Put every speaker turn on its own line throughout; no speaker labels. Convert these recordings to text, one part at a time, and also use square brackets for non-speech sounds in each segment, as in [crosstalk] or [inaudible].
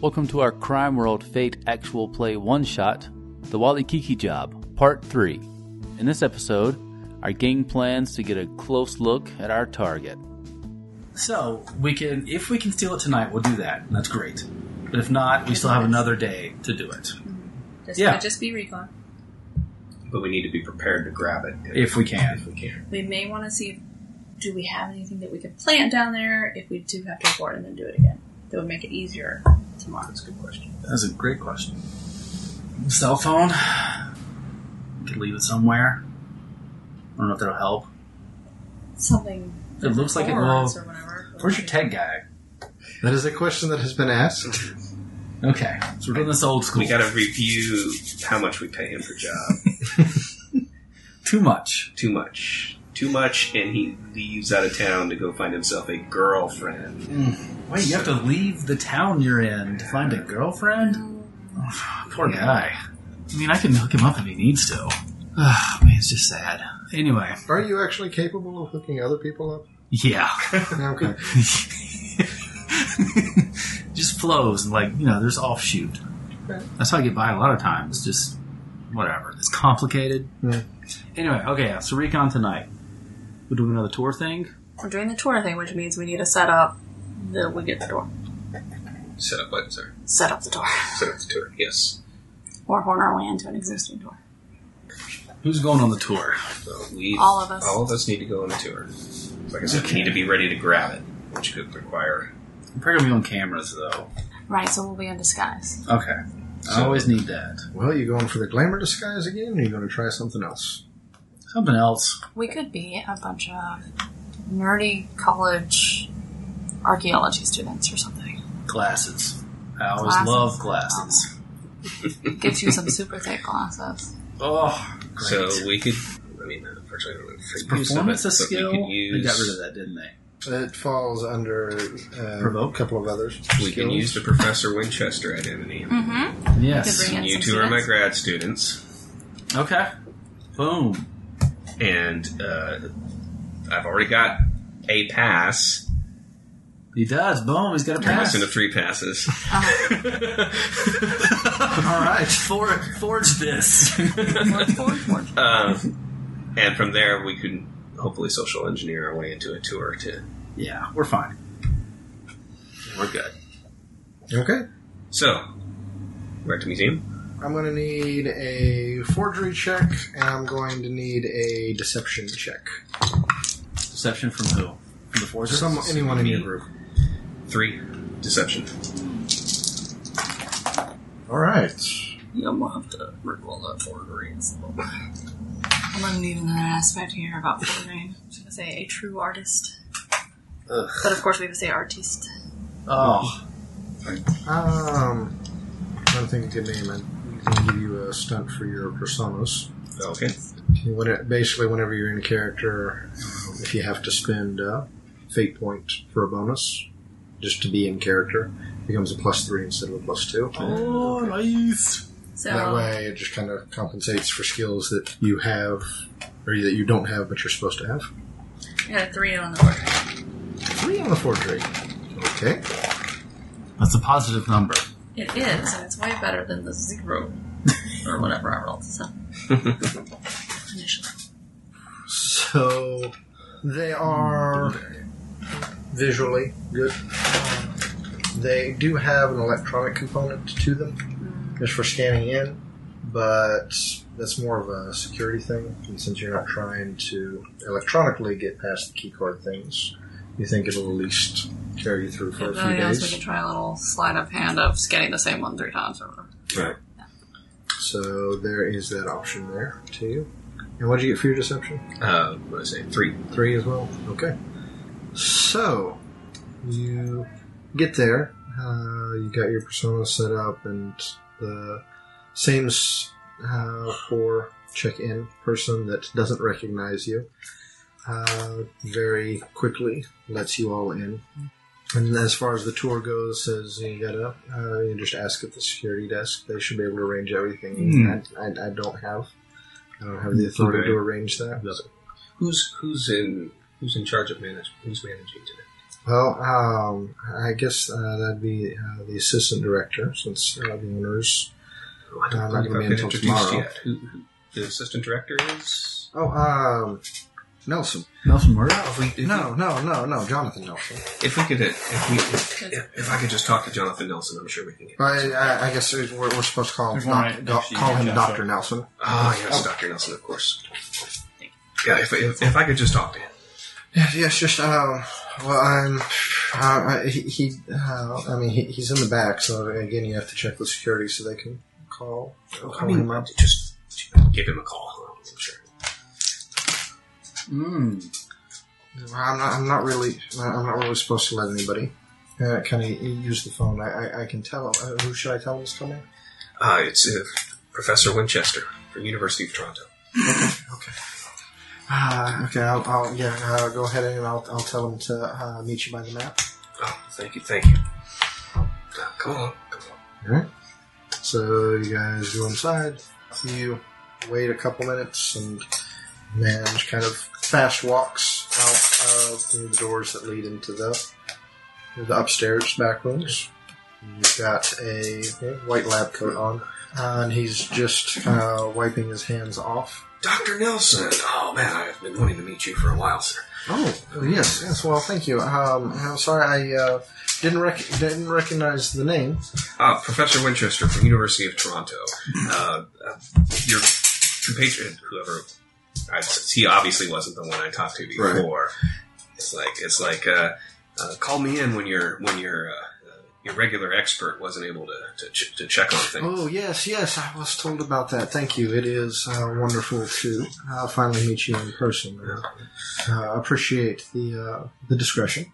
Welcome to our Crime World Fate Actual Play One Shot, The Wally Kiki Job, Part 3. In this episode, our gang plans to get a close look at our target.
So we can, if we can steal it tonight, we'll do that. That's great. But if not, we still have another day to do it
Just,
Yeah.
yeah. just be recon.
but we need to be prepared to grab it
if we
if
can.
we can.
We may want to see do we have anything that we can plant down there if we do have to abort and then do it again. That would make it easier tomorrow.
That's a good question.
That's a great question. Cell phone. Could leave it somewhere. I don't know if that'll help.
Something.
It looks like it will.
Or whatever.
Where's your tech guy?
That is a question that has been asked.
Okay, so we're doing this old school.
We got to review how much we pay him per job. [laughs]
too much.
Too much. Too much, and he leaves out of town to go find himself a girlfriend.
Wait, you have to leave the town you're in to find a girlfriend? Ugh, poor guy. I mean, I can hook him up if he needs to. Ugh, man, it's just sad. Anyway,
Are you actually capable of hooking other people up?
[laughs] yeah.
Okay.
just flows and like you know there's offshoot that's how i get by a lot of times just whatever it's complicated
Yeah.
anyway okay so recon tonight we're doing another tour thing
We're doing the tour thing, which means we need to set up the we get the door.
Set up what? Sorry.
Set up the door.
Set up the tour. Yes.
[laughs] Or horn our way into an existing door.
who's going on the tour
So we,
All of us.
All of us need to go on a tour. Like I said, we need to be ready to grab it, which could require.
i'm probably gonna be on cameras though
Right, so we'll be in disguise.
okay i always need that
Well, you going for the glamour disguise again, or you going to try something else?
something else
We could be a bunch of nerdy college archaeology students or something.
glasses i always
Glasses.
love glasses
Gives you some super thick glasses.
oh great
So we could. I mean, uh, unfortunately, I don't know if we could use some of it,
performance a
but
skill
We could
they got rid of
use.
that didn't they
It falls under uh,
Provoke?
a couple of others.
We can use the Professor Winchester identity.
Mm-hmm.
yes
bring it.
You
Some
two are my
students.
grad students.
okay boom
and uh, I've already got a pass.
he does boom he's got a
Turned
pass
us into
[laughs]
three
[laughs]
passes.
Uh-huh.
all right for, forge this [laughs]
uh, and from there, we can hopefully social engineer our way into a tour. To
Yeah, we're fine.
we're good.
Okay.
So we're at the museum.
I'm going to need a forgery check, and I'm going to need a deception check.
Deception from who? From the forces?
Some, anyone in your group.
Three deception.
All right.
Yeah, I'm gonna have to recall that forgery. I'm gonna need another aspect here about forgery. I'm gonna say a true artist.
Ugh.
But of course, we have to say artiste.
Oh,
Um, I'm trying to think of a good name. I can give you a stunt for your personas.
Okay.
When it, basically, whenever you're in character, um, if you have to spend a fate point for a bonus, just to be in character, it becomes a plus three instead of a plus two.
oh nice.
So
That way, it just kind of compensates for skills that you have or that you don't have, but you're supposed to have.
I got a three on the board.
Three on the forgery. Okay.
That's a positive number.
It is, and it's way better than the zero or whatever I rolled. So initially,
So they are visually good. They do have an electronic component to them, just for scanning in, but that's more of a security thing. And since you're not trying to electronically get past the keycard things, you think it'll at least carry you through
if
for a few
nothing else, we can
days.
try a little slide up hand of scanning the same one three times or whatever.
Right.
So there is that option there to you. And what did you get for your deception?
Uh, what did I say? Three.
Three as well. Okay. So you get there. Uh, you got your persona set up, and the same s- uh, for check-in person that doesn't recognize you uh, very quickly lets you all in. And as far as the tour goes, says you gotta uh, you just ask at the security desk. They should be able to arrange everything.
Hmm.
I, I, I don't have. I don't have the authority
Okay.
to arrange that.
Who's who's in who's in charge of management? Who's managing today?
Well, um, I guess uh, that'd be uh, the assistant director, since uh, the owners.
Oh, I
Uh,
don't
not
believe
gonna be
I've been
until
introduced
tomorrow.
yet. Who, who the assistant director is?
Oh, um, Nelson.
Nelson Murdoch?
Oh, if we, if we-
No, no, no, no, Jonathan Nelson.
If we could, uh, if we, if, if I could just talk to Jonathan Nelson, I'm sure we can get.
I, I, I guess there's- we're, we're supposed to call him,
There's one
doc-
right
doc-
next to you,
call him
Jeff,
Dr.
so-
Nelson.
Ah, yes, Doctor Nelson, of course. Yeah, if, if, if I could just talk to him.
Yes, yes, just, um, well, I'm, uh, I- he, he uh, I mean, he, he's in the back, so again, you have to check with security so they can call, call
I mean,
him up.
just give him a call. I'm sure.
Mm.
I'm not, I'm not really, I'm not really supposed to let anybody uh, kind of use the phone. I, I, I can tell, uh, who should I tell him is coming?
Uh, it's uh, Professor Winchester from University of Toronto.
Uh, okay, I'll, I'll yeah, uh, go ahead and I'll, I'll tell him to uh, meet you by the map.
Oh, thank you, thank you. Uh, come on, come on.
So you guys go inside. You wait a couple minutes, and man just kind of fast walks out of through the doors that lead into the the upstairs back rooms. You've got a white lab coat on, uh, and he's just uh, wiping his hands off.
Doctor Nelson. Oh man, I've been wanting to meet you for a while, sir.
Oh yes, yes. Well, thank you. Um, I'm sorry I uh, didn't rec- didn't recognize the name.
Uh, Professor Winchester from University of Toronto. Uh, uh, your compatriot, whoever, I, he obviously wasn't the one I talked to
Right.
before. It's like it's like uh, uh, call me in when your when your uh, uh, your regular expert wasn't able to to, ch- to check on things.
Oh yes, yes, I was told about that. Thank you. It is uh, wonderful to uh, finally meet you in person. Uh, appreciate the uh, the discretion.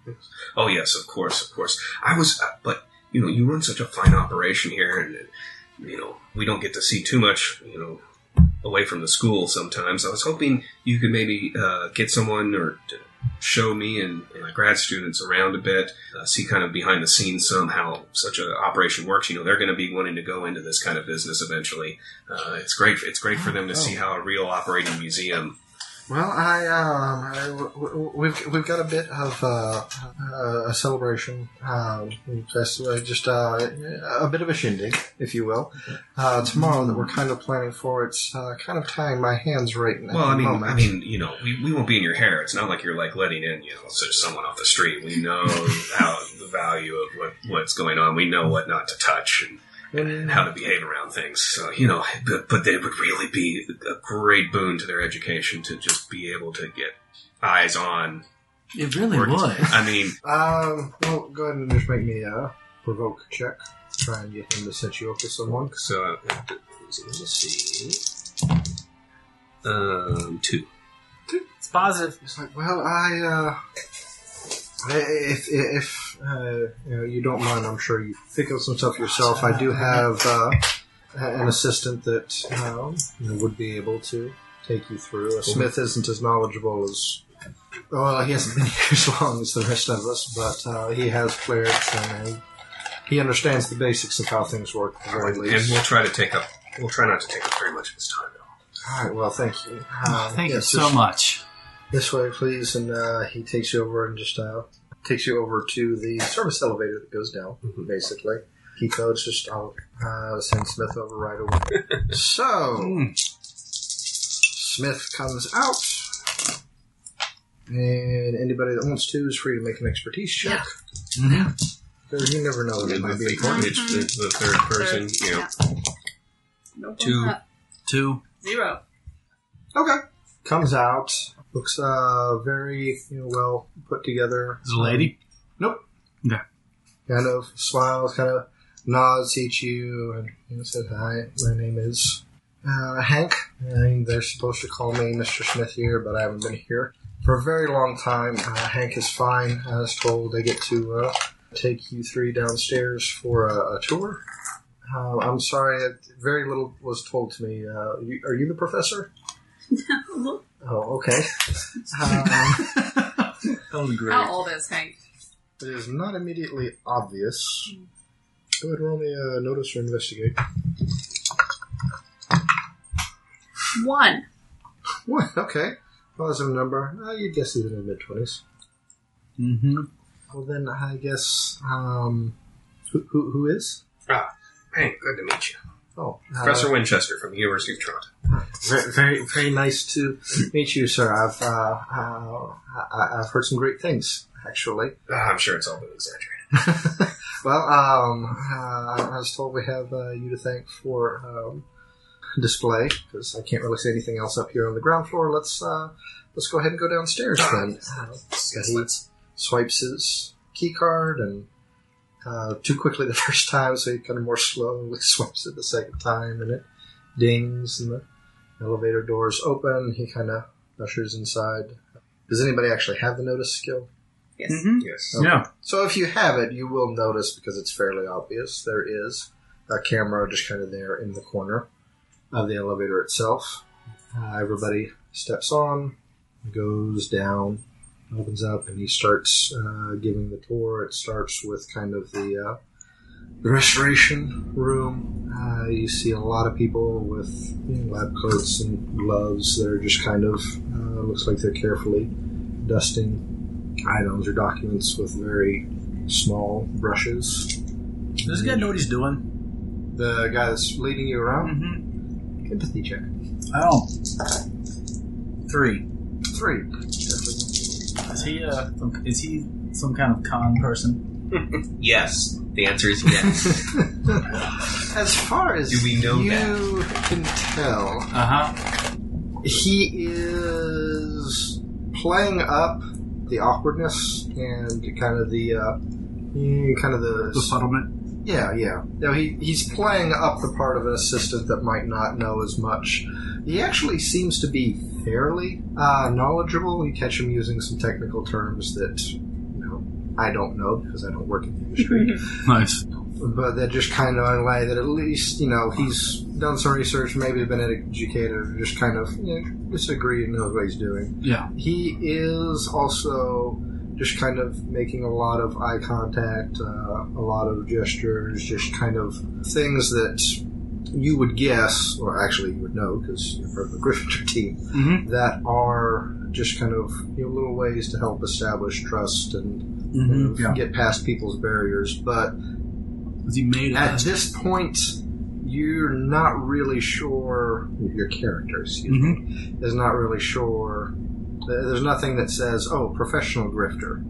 Oh yes, of course, of course. I was, uh, but you know, you run such a fine operation here, and uh, you know, we don't get to see too much, you know, away from the school sometimes. I was hoping you could maybe uh, get someone or to show me and, and my grad students around a bit, uh, see kind of behind the scenes somehow such an operation works. You know, they're going to be wanting to go into this kind of business eventually. Uh, it's great. It's great for them to see how a real operating museum.
Well, I, um, I w- w- we've we've got a bit of uh, uh, a celebration, um, just, uh, just uh, a bit of a shindig, if you will, uh, tomorrow that we're kind of planning for. It's uh, kind of tying my hands right now.
Well, I mean, I mean, you know, we, we won't be in your hair. It's not like you're like letting in, you know, sort of someone off the street. We know how the value of what what's going on. We know what not to touch and, and how to behave around things. So you know, but, but it would really be a great boon to their education to just be able to get eyes on.
It really
organs.
would.
I mean,
Um, well, go ahead and just make me a provoke check. Try and get him to set you up with someone.
so uh, let's see. Um, two.
It's positive.
It's like, well, I, uh, I- if, if uh, you, know, you don't mind, I'm sure you pick up some stuff yourself. I do have uh, an assistant that um, you know, would be able to take you through. A Smith isn't as knowledgeable as, well, he hasn't [laughs] been here as long as the rest of us, but uh, he has cleared and he understands the basics of how things work at the very
And
least.
we'll try to take up. We'll try not to take up very much of his time.
All right. Well, thank you.
Oh,
Uh,
thank you
yes,
so
this-
much.
This way, please. And uh, he takes you over and just uh, takes you over to the service elevator that goes down. Basically, he codes just I'll uh, send Smith over right away. so Smith comes out, and anybody that wants to is free to make an expertise check.
Mhm.
Because You never know;
I
they
mean,
might be
the,
important.
it's the, the third person, you know,
Nope,
Two.
not.
Two.
Zero.
Okay. Comes out, looks uh, very you know, well put together.
Is it a lady?
Nope.
Okay.
Kind of smiles, kind of nods at you, and you know, says, "Hi, my name is uh, Hank. And they're supposed to call me Mr. Smith here, but I haven't been here for a very long time. Uh, Hank is fine. I was told they get to uh, take you three downstairs for a, a tour." Uh, I'm sorry, uh, very little was told to me. Uh, you, are you the professor?
No.
Oh, okay. Um,
That was great.
How old is Hank?
It is not immediately obvious. Go ahead, roll me a notice or investigate.
One.
What? Okay. Positive number. Uh, you'd guess he's in his mid 20s.
Mm-hmm.
Well, then I guess um, who, who, who is?
Ah, Hey, good to meet you.
Oh, uh,
Professor Winchester from the University of Toronto.
Very, very, very nice to meet you, sir. I've uh, uh, I, I've heard some great things, actually.
Ah, I'm sure it's all been exaggerated.
[laughs] well, um, uh, I was told we have uh, you to thank for um, display because I can't really say anything else up here on the ground floor. Let's uh, let's go ahead and go downstairs then. Uh,
Yes,
he
let's-
swipes his key card and uh, too quickly [laughs] the first time, so he kind of more slowly [laughs] swipes it the second time, and it dings, and the elevator doors open. He kind of ushers inside. Does anybody actually have the notice skill?
Yes.
Mm-hmm.
Yes.
Okay.
Yeah.
So if you have it, you will notice because it's fairly obvious there is a camera just kind of there in the corner of the elevator itself. Uh, everybody steps on, goes down, opens up, and he starts uh, giving the tour. It starts with kind of the uh, the restoration room. Uh, you see a lot of people with you know, lab coats and gloves that are just kind of uh, looks like they're carefully dusting items or documents with very small brushes.
Does this guy know what he's doing?
The guy that's leading you around,
Mm-hmm.
empathy check.
Oh. Three.
Three. [laughs]
Is he, uh, some, is he some kind of con person?
Yes. The answer is [laughs] yes.
as far as
Do we know
you
that?
can tell,
Uh huh.
he is playing up the awkwardness and kind of the uh, mm, kind of the
The settlement.
Yeah, yeah. No, he he's playing up the part of an assistant that might not know as much. He actually seems to be fairly uh, knowledgeable. You catch him using some technical terms that you know I don't know because I don't work in the industry,
Nice.
but that just kind of lay that at least you know he's done some research, maybe been educated, or just kind of you know, disagree and knows what he's doing.
Yeah.
He is also just kind of making a lot of eye contact, uh, a lot of gestures, just kind of things that you would guess, or actually you would know because you're part of the [laughs] Gryffindor team,
Mm
that are just kind of you know, little ways to help establish trust and
hmm.
kind
Mm
of
hmm. Yeah.
get past people's barriers. But
Is he made
at
of
this point, you're not really sure Mm-hmm. your character, excuse me,
Mm
is not really sure. There- There's nothing that says, "Oh, professional grifter."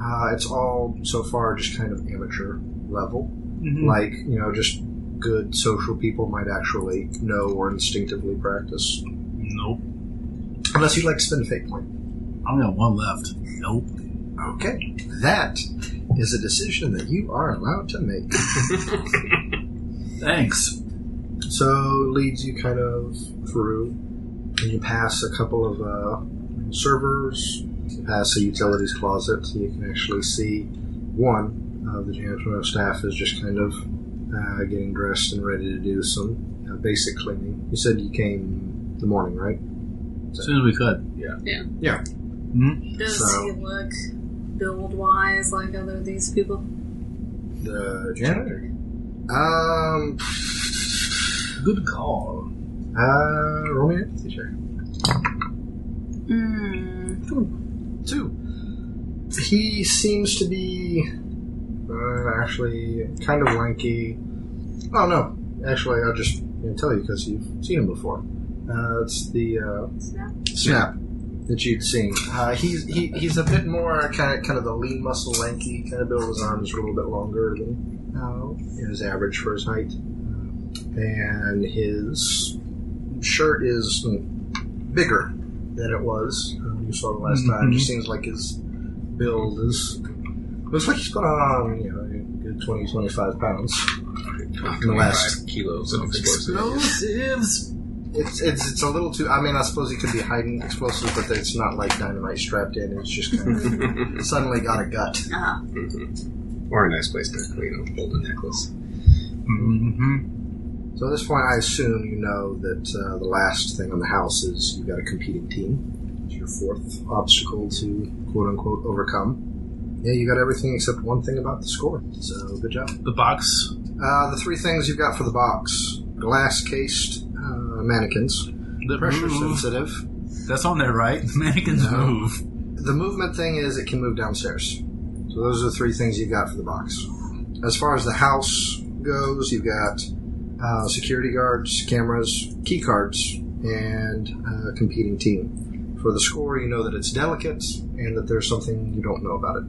Uh, it's all so far just kind of amateur level.
hmm.
Like you know, just good social people might actually know or instinctively practice,
Nope.
unless you'd like to spend a fate point.
I only got one left. Nope.
Okay, that is a decision that you are allowed to make.
Thanks.
So leads you kind of through, and you pass a couple of uh, servers. You pass a utilities closet, so you can actually see one of the janitorial staff is just kind of uh, getting dressed and ready to do some uh, basic cleaning. You said you came the morning, right?
As soon as we could.
Does
So-
he look build wise like other these people?
The janitor. Um.
Good call.
Uh, roll me an empathy check.
Mm.
Two. He seems to be uh, actually kind of lanky. Oh no, actually, I'll just you know, tell you because you've seen him before. Uh, it's the uh, snap that you'd seen. Uh, he's he, he's a bit more kind of kind of the lean muscle, lanky kind of build. His arms are a little bit longer than uh, his average for his height, and his shirt is mm, bigger than it was. Um, you saw the last time. It just seems like his build is. Looks like he's put on you know a good 20, 25 pounds in the last
25 kilos of explosives.
Explosives.
it's, it's it's a little too. I mean, I suppose he could be hiding explosives, but it's not like dynamite strapped in. It's just kind of suddenly got a gut.
Ah,
[laughs] Or a nice place to clean up golden [laughs] necklace.
Mm-hmm.
Mm
So at this point, I assume you know that uh, the last thing on the house is you've got a competing team. It's your fourth obstacle to quote unquote overcome. Yeah, you got everything except one thing about the score. So good job.
hmm. The box.
Uh, the three things you've got for the box: glass cased uh, mannequins,
The
pressure
move.
sensitive.
That's on there, right? The mannequins
No.
move.
The movement thing is it can move downstairs. So those are the three things you've got for the box. As far as the house goes, you've got uh, security guards, cameras, key cards, and uh, competing team. For the score, you know that it's delicate and that there's something you don't know about it.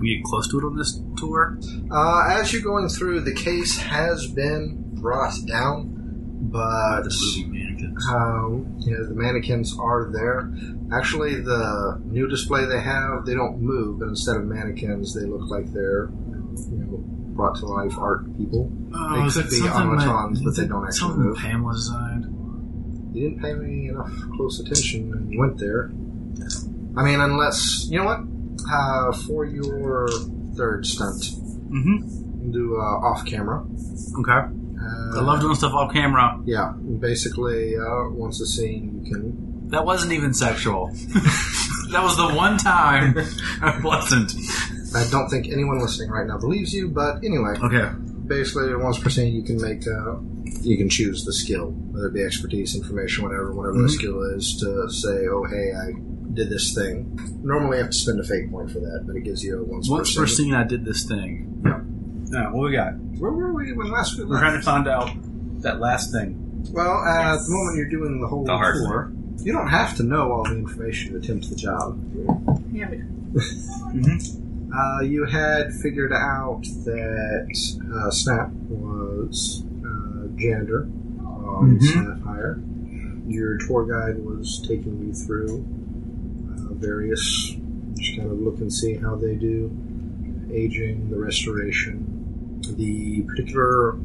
We get close to it on this tour.
Uh, as you're going through, the case has been brought down, but
the movie mannequins.
um, you know the mannequins are there. Actually, the new display they have, they don't move, but instead of mannequins, they look like they're you know brought to life art people.
Oh,
They
is that
could be
something
automatons,
that-
but they don't actually
something
move.
Pamela designed.
You didn't pay me enough close attention when you went there. I mean, unless you know what uh, for your third stunt,
Mm-hmm.
do uh, off camera.
Okay.
Uh,
I love doing stuff off camera.
Yeah, basically, uh, once a scene, you can.
That wasn't even sexual. [laughs] that was the one time I wasn't.
I don't think anyone listening right now believes you, but anyway,
Okay.
basically, once per scene, you can make. Uh, you can choose the skill, whether it be expertise, information, whatever, whatever the
Mhm.
skill is, to say, "Oh, hey, I did this thing." Normally, you have to spend a fate point for that, but it gives you a once,
What's
per
first
scene.
thing I did this thing? Yeah. what we got?
Where were we when last we
We're
left?
trying to find out that last thing.
Well, uh, at the moment, you're doing the whole
The hard
tour. You don't have to know all the information to attempt the job.
Yeah,
[laughs]
but
Mm-hmm.
Uh, you had figured out that uh, Snap was uh, janitor on
Mhm.
Sapphire. Your tour guide was taking you through uh, various, just kind of look and see how they do aging, the restoration, the particular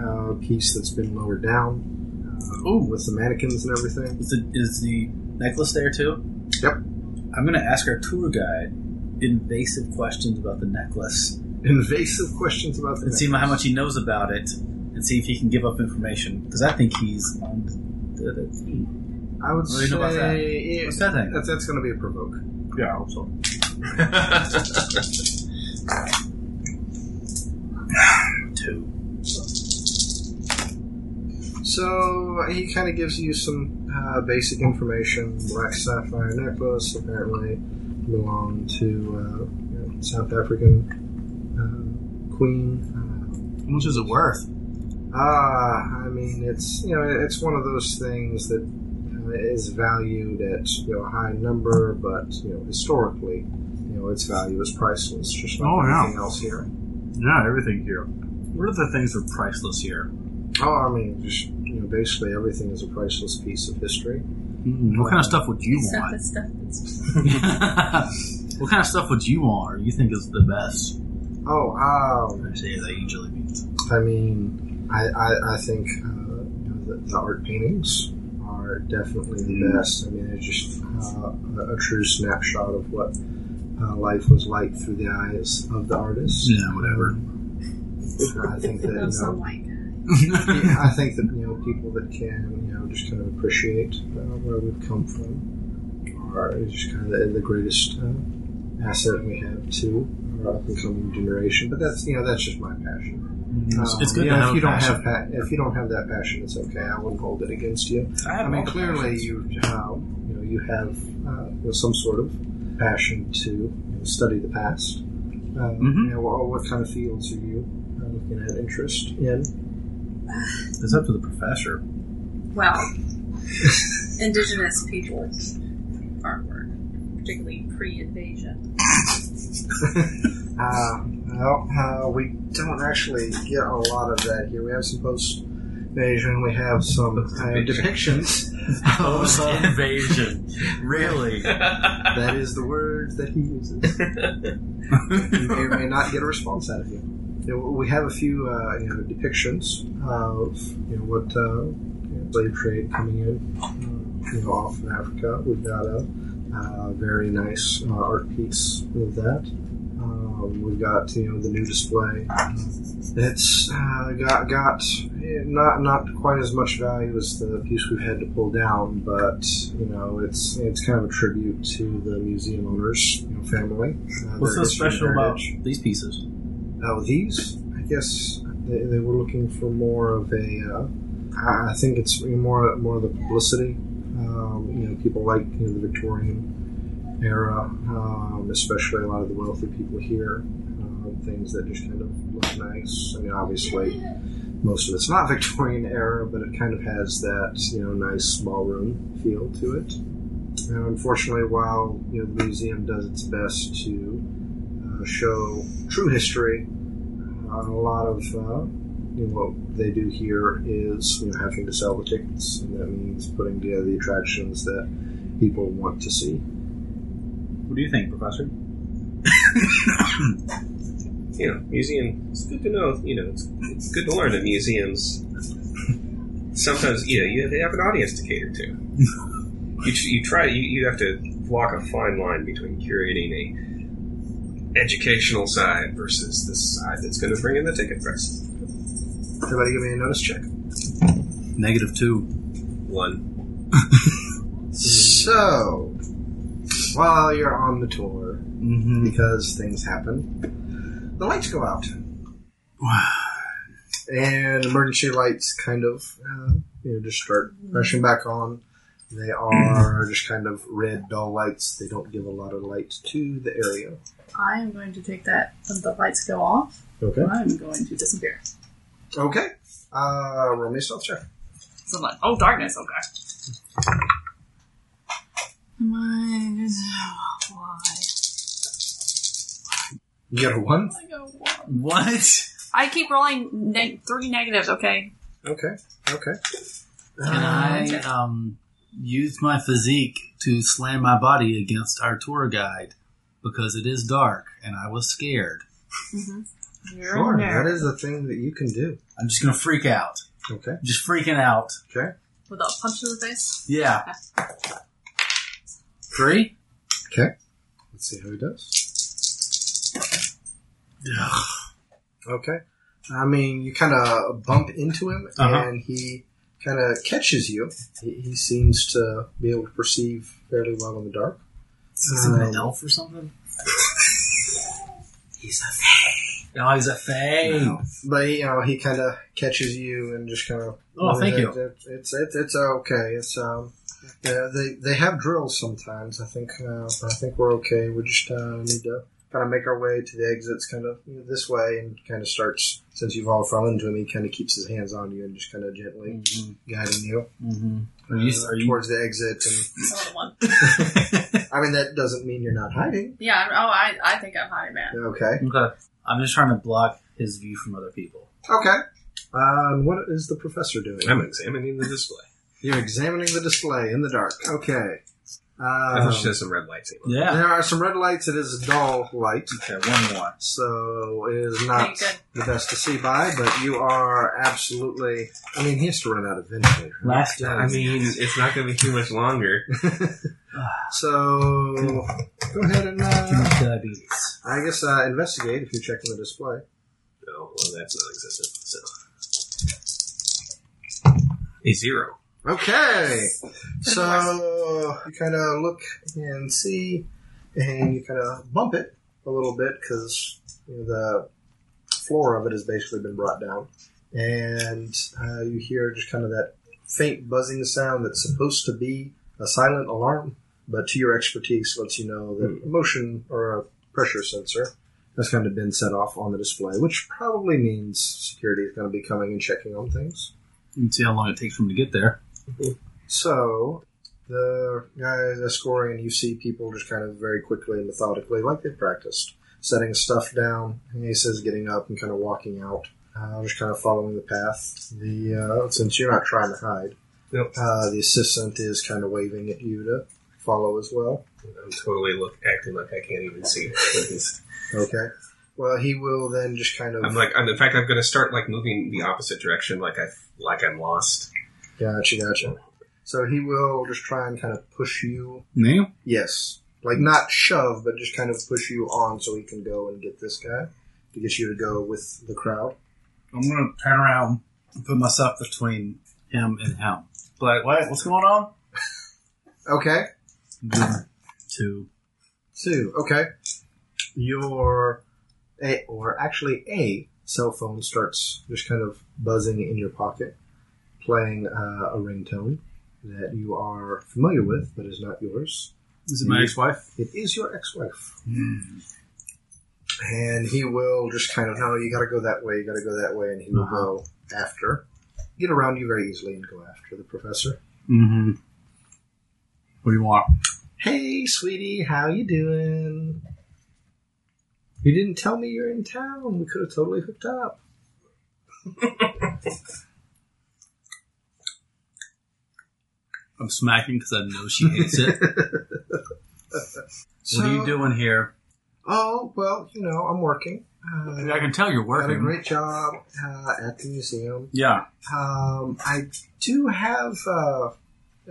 uh, piece that's been lowered down uh,
Ooh.
with the mannequins and everything.
Is the, is the necklace there too?
Yep.
I'm going to ask our tour guide invasive questions about the necklace
Invasive questions about the
and see how much he knows about it and see if he can give up information because I think he's on the, the thing.
I would
What do you know about that?
say it-
What's that thing?
that- that's going to be a provoke.
Yeah, I hope so. Two.
So he kind of gives you some uh, basic information. Black sapphire necklace apparently belonged to uh, you know, South African uh, queen.
How much is it worth?
Uh, Ah, I mean, it's you know, it's one of those things that uh, is valued at you know a high number, but you know historically, you know its value is priceless, just like
Oh, yeah.
anything else here.
Yeah, everything here. What are the things that are priceless here?
Oh, I mean, just you know, basically everything is a priceless piece of history.
what kind of stuff would you
stuff
[laughs] want?
that's stuff that's
what kind of stuff would you want or you think is the best?
Oh, um,
I say that usually means.
I mean, I, I, I think uh, you know, the, the art paintings are definitely the
Mm.
best. I mean, it's just uh, a, a true snapshot of what uh, life was like through the eyes of the artist.
Yeah, whatever.
I think that
that
you
knows some
know,
white guy.
[laughs]
yeah, I think that you know people that can you know just kind of appreciate uh, where we've come from are just kind of the, the greatest uh, asset we have to our up and coming generation. But that's you know that's just my passion.
It's,
Um,
Mm-hmm. it's good
yeah,
to have
if you
a
don't
passion.
have pa- if you don't have that passion, it's okay. I wouldn't hold it against you.
I,
I mean, clearly you uh, you know you have uh, you know, some sort of passion to you know, study the past. Uh,
Mhm.
you know, what, what kind of fields are you uh, looking at interest in?
It's up to the [laughs] professor.
Well, indigenous peoples artwork, particularly pre-invasion.
Uh, well, uh, we don't actually get a lot of that here. We have some post invasion. We have some uh, depictions.
[laughs]
[laughs]
Post Oh, invasion. Really?
That is the word that he uses. you may or may not get a response out of you. You know, we have a few uh, you know, depictions of you know, what uh, you know, slave trade coming in uh, you know, off of Africa. We've got a uh, very nice uh, art piece of that. Um, we've got you know the new display. It's uh, got got eh, not not quite as much value as the piece we've had to pull down, but you know it's it's kind of a tribute to the museum owners, you know, family. uh,
[laughs] What's so
their history and
special about
heritage.
these pieces?
Oh, these? I guess they, they were looking for more of a. Uh, I I think it's more more of the publicity. Um, you know, people like you know, the Victorian era, um, especially a lot of the wealthy people here. Um, things that just kind of look nice. I mean, obviously, most of it's not [laughs] Victorian era, but it kind of has that you know nice ballroom feel to it. Now, unfortunately, while you know the museum does its best to uh, show true history, uh, a lot of uh, you know, what they do here is you know, having to sell the tickets, and that means putting together the attractions that people want to see.
What do you think, Professor?
You know, museum. It's good to know. You know, it's, it's good to learn that museums. Sometimes, yeah, you have, they have an audience to cater to. you, tr- you try. You, you have to walk a fine line between curating a educational side versus the side that's going to bring in the ticket price.
Everybody, give me a notice check.
Negative two.
One.
So, while you're on the tour,
Mm-hmm.
because things happen, the lights go out, and emergency lights kind of uh, you know just start rushing back on. They are just kind of red dull lights. They don't give a lot of light to the area.
I am going to take that when the lights go off.
Okay.
I'm going to disappear.
Okay. Uh, roll me a stealth check.
So I'm like, oh darkness, okay. Mine is why?
You get a one.
I go why?
What?
I keep rolling neg- three negatives, okay?
Okay. Okay.
Can I um, use my physique to slam my body against our tour guide because it is dark and I was scared?
You're
Sure.
in there.
That is a thing that you can do.
I'm just gonna freak out.
Okay.
Just freaking out.
Okay.
With a punch to the face.
Yeah. Three.
Okay. Let's see how he does.
Ugh.
Okay. I mean, you kind of bump into him,
Uh-huh.
and he kind of catches you. He, he seems to be able to perceive fairly well in the dark.
Is it an
Um,
elf or something? [laughs] he's a fae. No, Oh, he's a fae.
But you know, he kind of catches you and just kind of.
Oh, thank you.
it's it's it's okay. It's um, yeah, they they have drills sometimes. I think uh, I think we're okay. We just uh, need to kind of make our way to the exits, kind of you know, this way, and kind of starts since you've all fallen into him. He kind of keeps his hands on you and just kind of gently guiding you,
Mm-hmm. Are
uh,
you- are [laughs] you-
towards the exit. And
Another one.
I mean, that doesn't mean you're not hiding.
Yeah, I'm, oh, I, I think I'm hiding man.
Okay.
okay. I'm just trying to block his view from other people.
Okay. Um, what is the professor doing?
I'm examining the display.
You're examining the display in the dark. Okay.
I
Um,
thought she had some red lights. in it.
Yeah.
there are some red lights. It is a dull light,
Okay. One more.
so it is
Okay,
not
good.
the best to see by, but you are absolutely. I mean, he has to run out eventually. right?
Last
Yeah, I
time.
mean, [laughs] it's not going to be too much longer.
[laughs] So go ahead and. Uh,
diabetes.
I guess uh, investigate if you're checking the display.
No, well, that's not existent. So a zero.
Okay. So you kind of look and see, and you kind of bump it a little bit because you know, the floor of it has basically been brought down, and uh, you hear just kind of that faint buzzing sound that's supposed to be a silent alarm, but to your expertise lets you know that a motion or a pressure sensor has kind of been set off on the display, which probably means security is going to be coming and checking on things.
And see how long it takes for him to get there.
So the guys escorting, you see people just kind of very quickly and methodically, like they've practiced, setting stuff down. And he says getting up and kind of walking out, uh, just kind of following the path. The uh, since you're not trying to hide,
Nope.
uh, the assistant is kind of waving at you to follow as well.
I'm totally look acting like I can't even see. It. [laughs] It's-
Okay. Well, he will then just kind of
I'm like, I'm, in fact, I'm going to start like moving the opposite direction, like I like I'm lost.
gotcha, gotcha. So he will just try and kind of push you
No.
Yes. Like not shove, but just kind of push you on so he can go and get this guy to get you to go with the crowd.
I'm gonna turn around and put myself between him and him. Like, what? What's going on?
Okay.
One, Two.
Two. Okay. Your a or actually a cell phone starts just kind of buzzing in your pocket, playing uh, a ringtone that you are familiar with but is not yours.
Is it my ex-wife?
It is your ex-wife. Hmm. And he will just kind of, no, you gotta go that way, you gotta go that way, and he will go after. Get around you very easily and go after the professor.
Mm-hmm. What do you want?
Hey, sweetie, how you doing? You didn't tell me you're in town. We could have totally hooked up.
I'm smacking because I know she
[laughs]
hates [laughs] it. what are you
So-
doing here?
Oh, well, you know, I'm working. Uh,
I can tell you're
got a
working.
great job uh, at the museum.
yeah.
Um, I do have uh,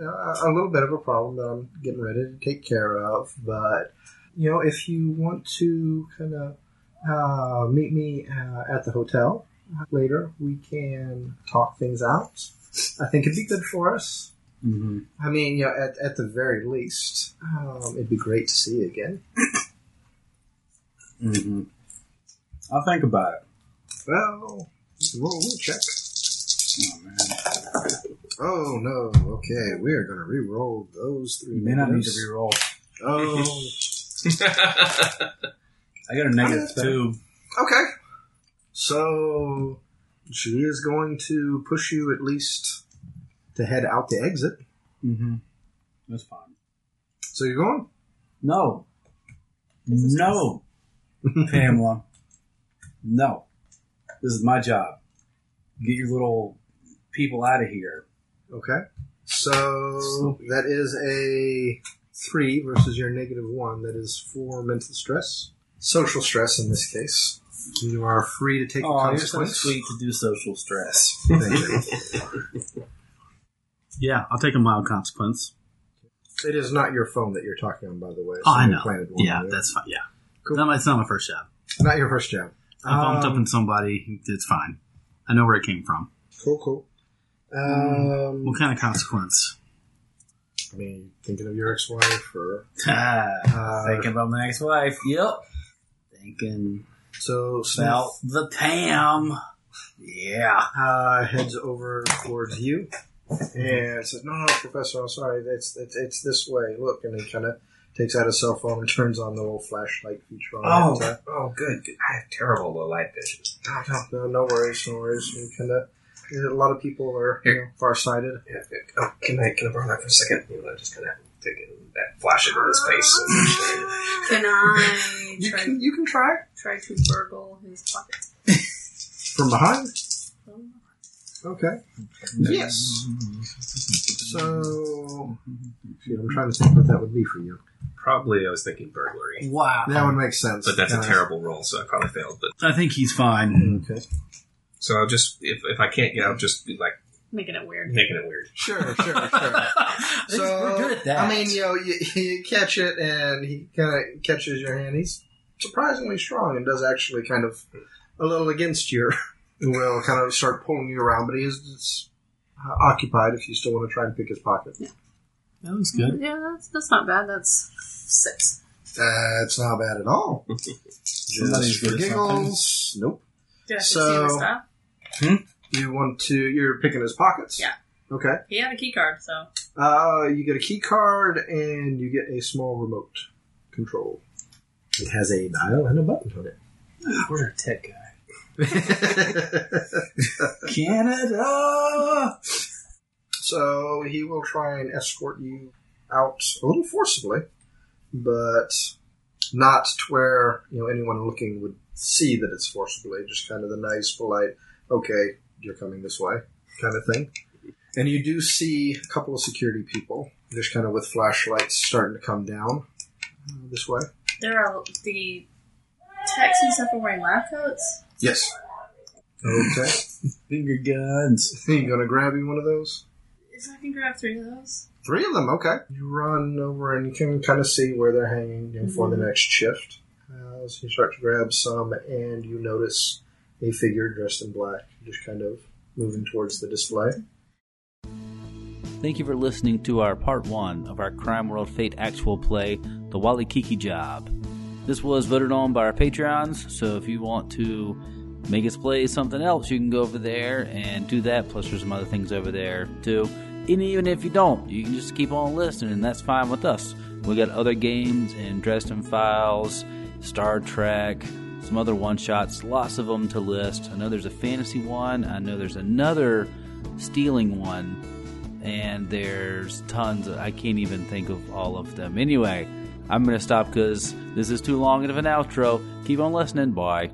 a a little bit of a problem that I'm getting ready to take care of, but you know, if you want to kind of uh, meet me uh, at the hotel later, we can talk things out. I think it'd be good for us.
Mm-hmm.
I mean, you know, at, at the very least, um, it'd be great to see you again.
Mm-hmm. I'll think about it.
Well, we'll, we'll check.
Oh, man.
Oh no! Okay, we are going to re-roll those three.
You may not need to
negatives.
re-roll.
Oh,
I got a negative two.
Okay. So she is going to push you at least to head out the exit.
Mm-hmm. That's fine.
So you're going?
No. No, [laughs] Pamela. No. This is my job. Get your little people out of here.
Okay. So that is a three versus your negative one. That is four mental stress. Social stress in this case. You are free to take the
Oh, you're so
consequence.
sweet to do social stress.
Thank you. [laughs]
Yeah, I'll take a mild consequence.
It is not your phone that you're talking on, by the way.
Oh, I
you
know.
planted one,
Yeah,
right?
that's fine. Yeah.
Cool.
That might- it's not my first job.
not your first job.
I bumped up
Um,
in somebody. It's fine. I know where it came from.
Cool, cool. Um,
Mm. What kind of consequence?
I mean, thinking of your ex-wife or Uh,
Ah, [laughs] thinking about my next wife. Yep. Thinking
So
about
Snout
the Pam. Yeah.
uh, heads over towards you and says, "No, no, Professor, I'm sorry. It's it's, it's this way. Look," and he kind of takes out his cell phone and turns on the little flashlight feature on it.
oh, oh, good. good. I have terrible low light vision.
Uh, no, no, no worries, no worries. You kind of. A lot of people are you know, farsighted.
Yeah, yeah. Oh, can I can I borrow that for a second? You know, I just kind of take it, that flash it in his face. [laughs]
[laughs]
And
Can I
You
try,
can you can try
try to burgle his pocket?
from behind. Okay. Yes. So, shoot, I'm trying to think what that would be for you.
probably I was thinking burglary,
Wow.
That would make sense.
but that's a
Kinda-
terrible roll, so I probably failed. But
I think he's fine.
Okay.
so I'll just if, if I can't get, I'll just be like
Making it weird.
making it weird.
Sure, sure, sure.
so,
So
[laughs] we're good at that.
I mean, you know, you, you catch it, and he kind of catches your hand. He's surprisingly strong and does actually kind of a little against your [laughs] will, kind of start pulling you around. But he is it's, uh, occupied. If you still want to try and pick his pocket,
that was good.
Yeah, that's, that's not bad. That's six.
that's not bad at all. [laughs]
Somebody's
Just
good
for
at
giggles. Nope.
Did I
So-
so, his stuff?
You want to? You're picking his pockets.
Yeah.
Okay.
He had a key card, so
Uh, you get a key card, and you get a small remote control. It has a dial and a button on it. [laughs]
We're a tech guy.
so
Canada.
he will try and escort you out a little forcibly, but not to where you know anyone looking would see that it's forcibly. Just kind of the nice, polite, "Okay, you're coming this way" kind of thing. And you do see a couple of security people, just kind of with flashlights, starting to come down uh, this way.
there are the techs and stuff are wearing lab coats.
Yes. Okay.
Finger guns.
you gonna grab you one of those?
If I can grab three of those,
Three of them, okay. You run over and you can kind of see where they're hanging you know, for the next shift. Uh, so you start to grab some, and you notice a figure dressed in black, just kind of moving towards the display.
Thank you for listening to our part one of our Crime World Fate actual play, The Wally Kiki Job. This was voted on by our Patreons, so if you want to make us play something else, you can go over there and do that. Plus, there's some other things over there too. And even if you don't, you can just keep on listening, and that's fine with us. We got other games and Dresden Files, Star Trek, some other one shots, lots of them to list. I know there's a fantasy one, I know there's another stealing one, and there's tons. Of, I can't even think of all of them. Anyway, I'm going to stop because this is too long of an outro. Keep on listening. Bye.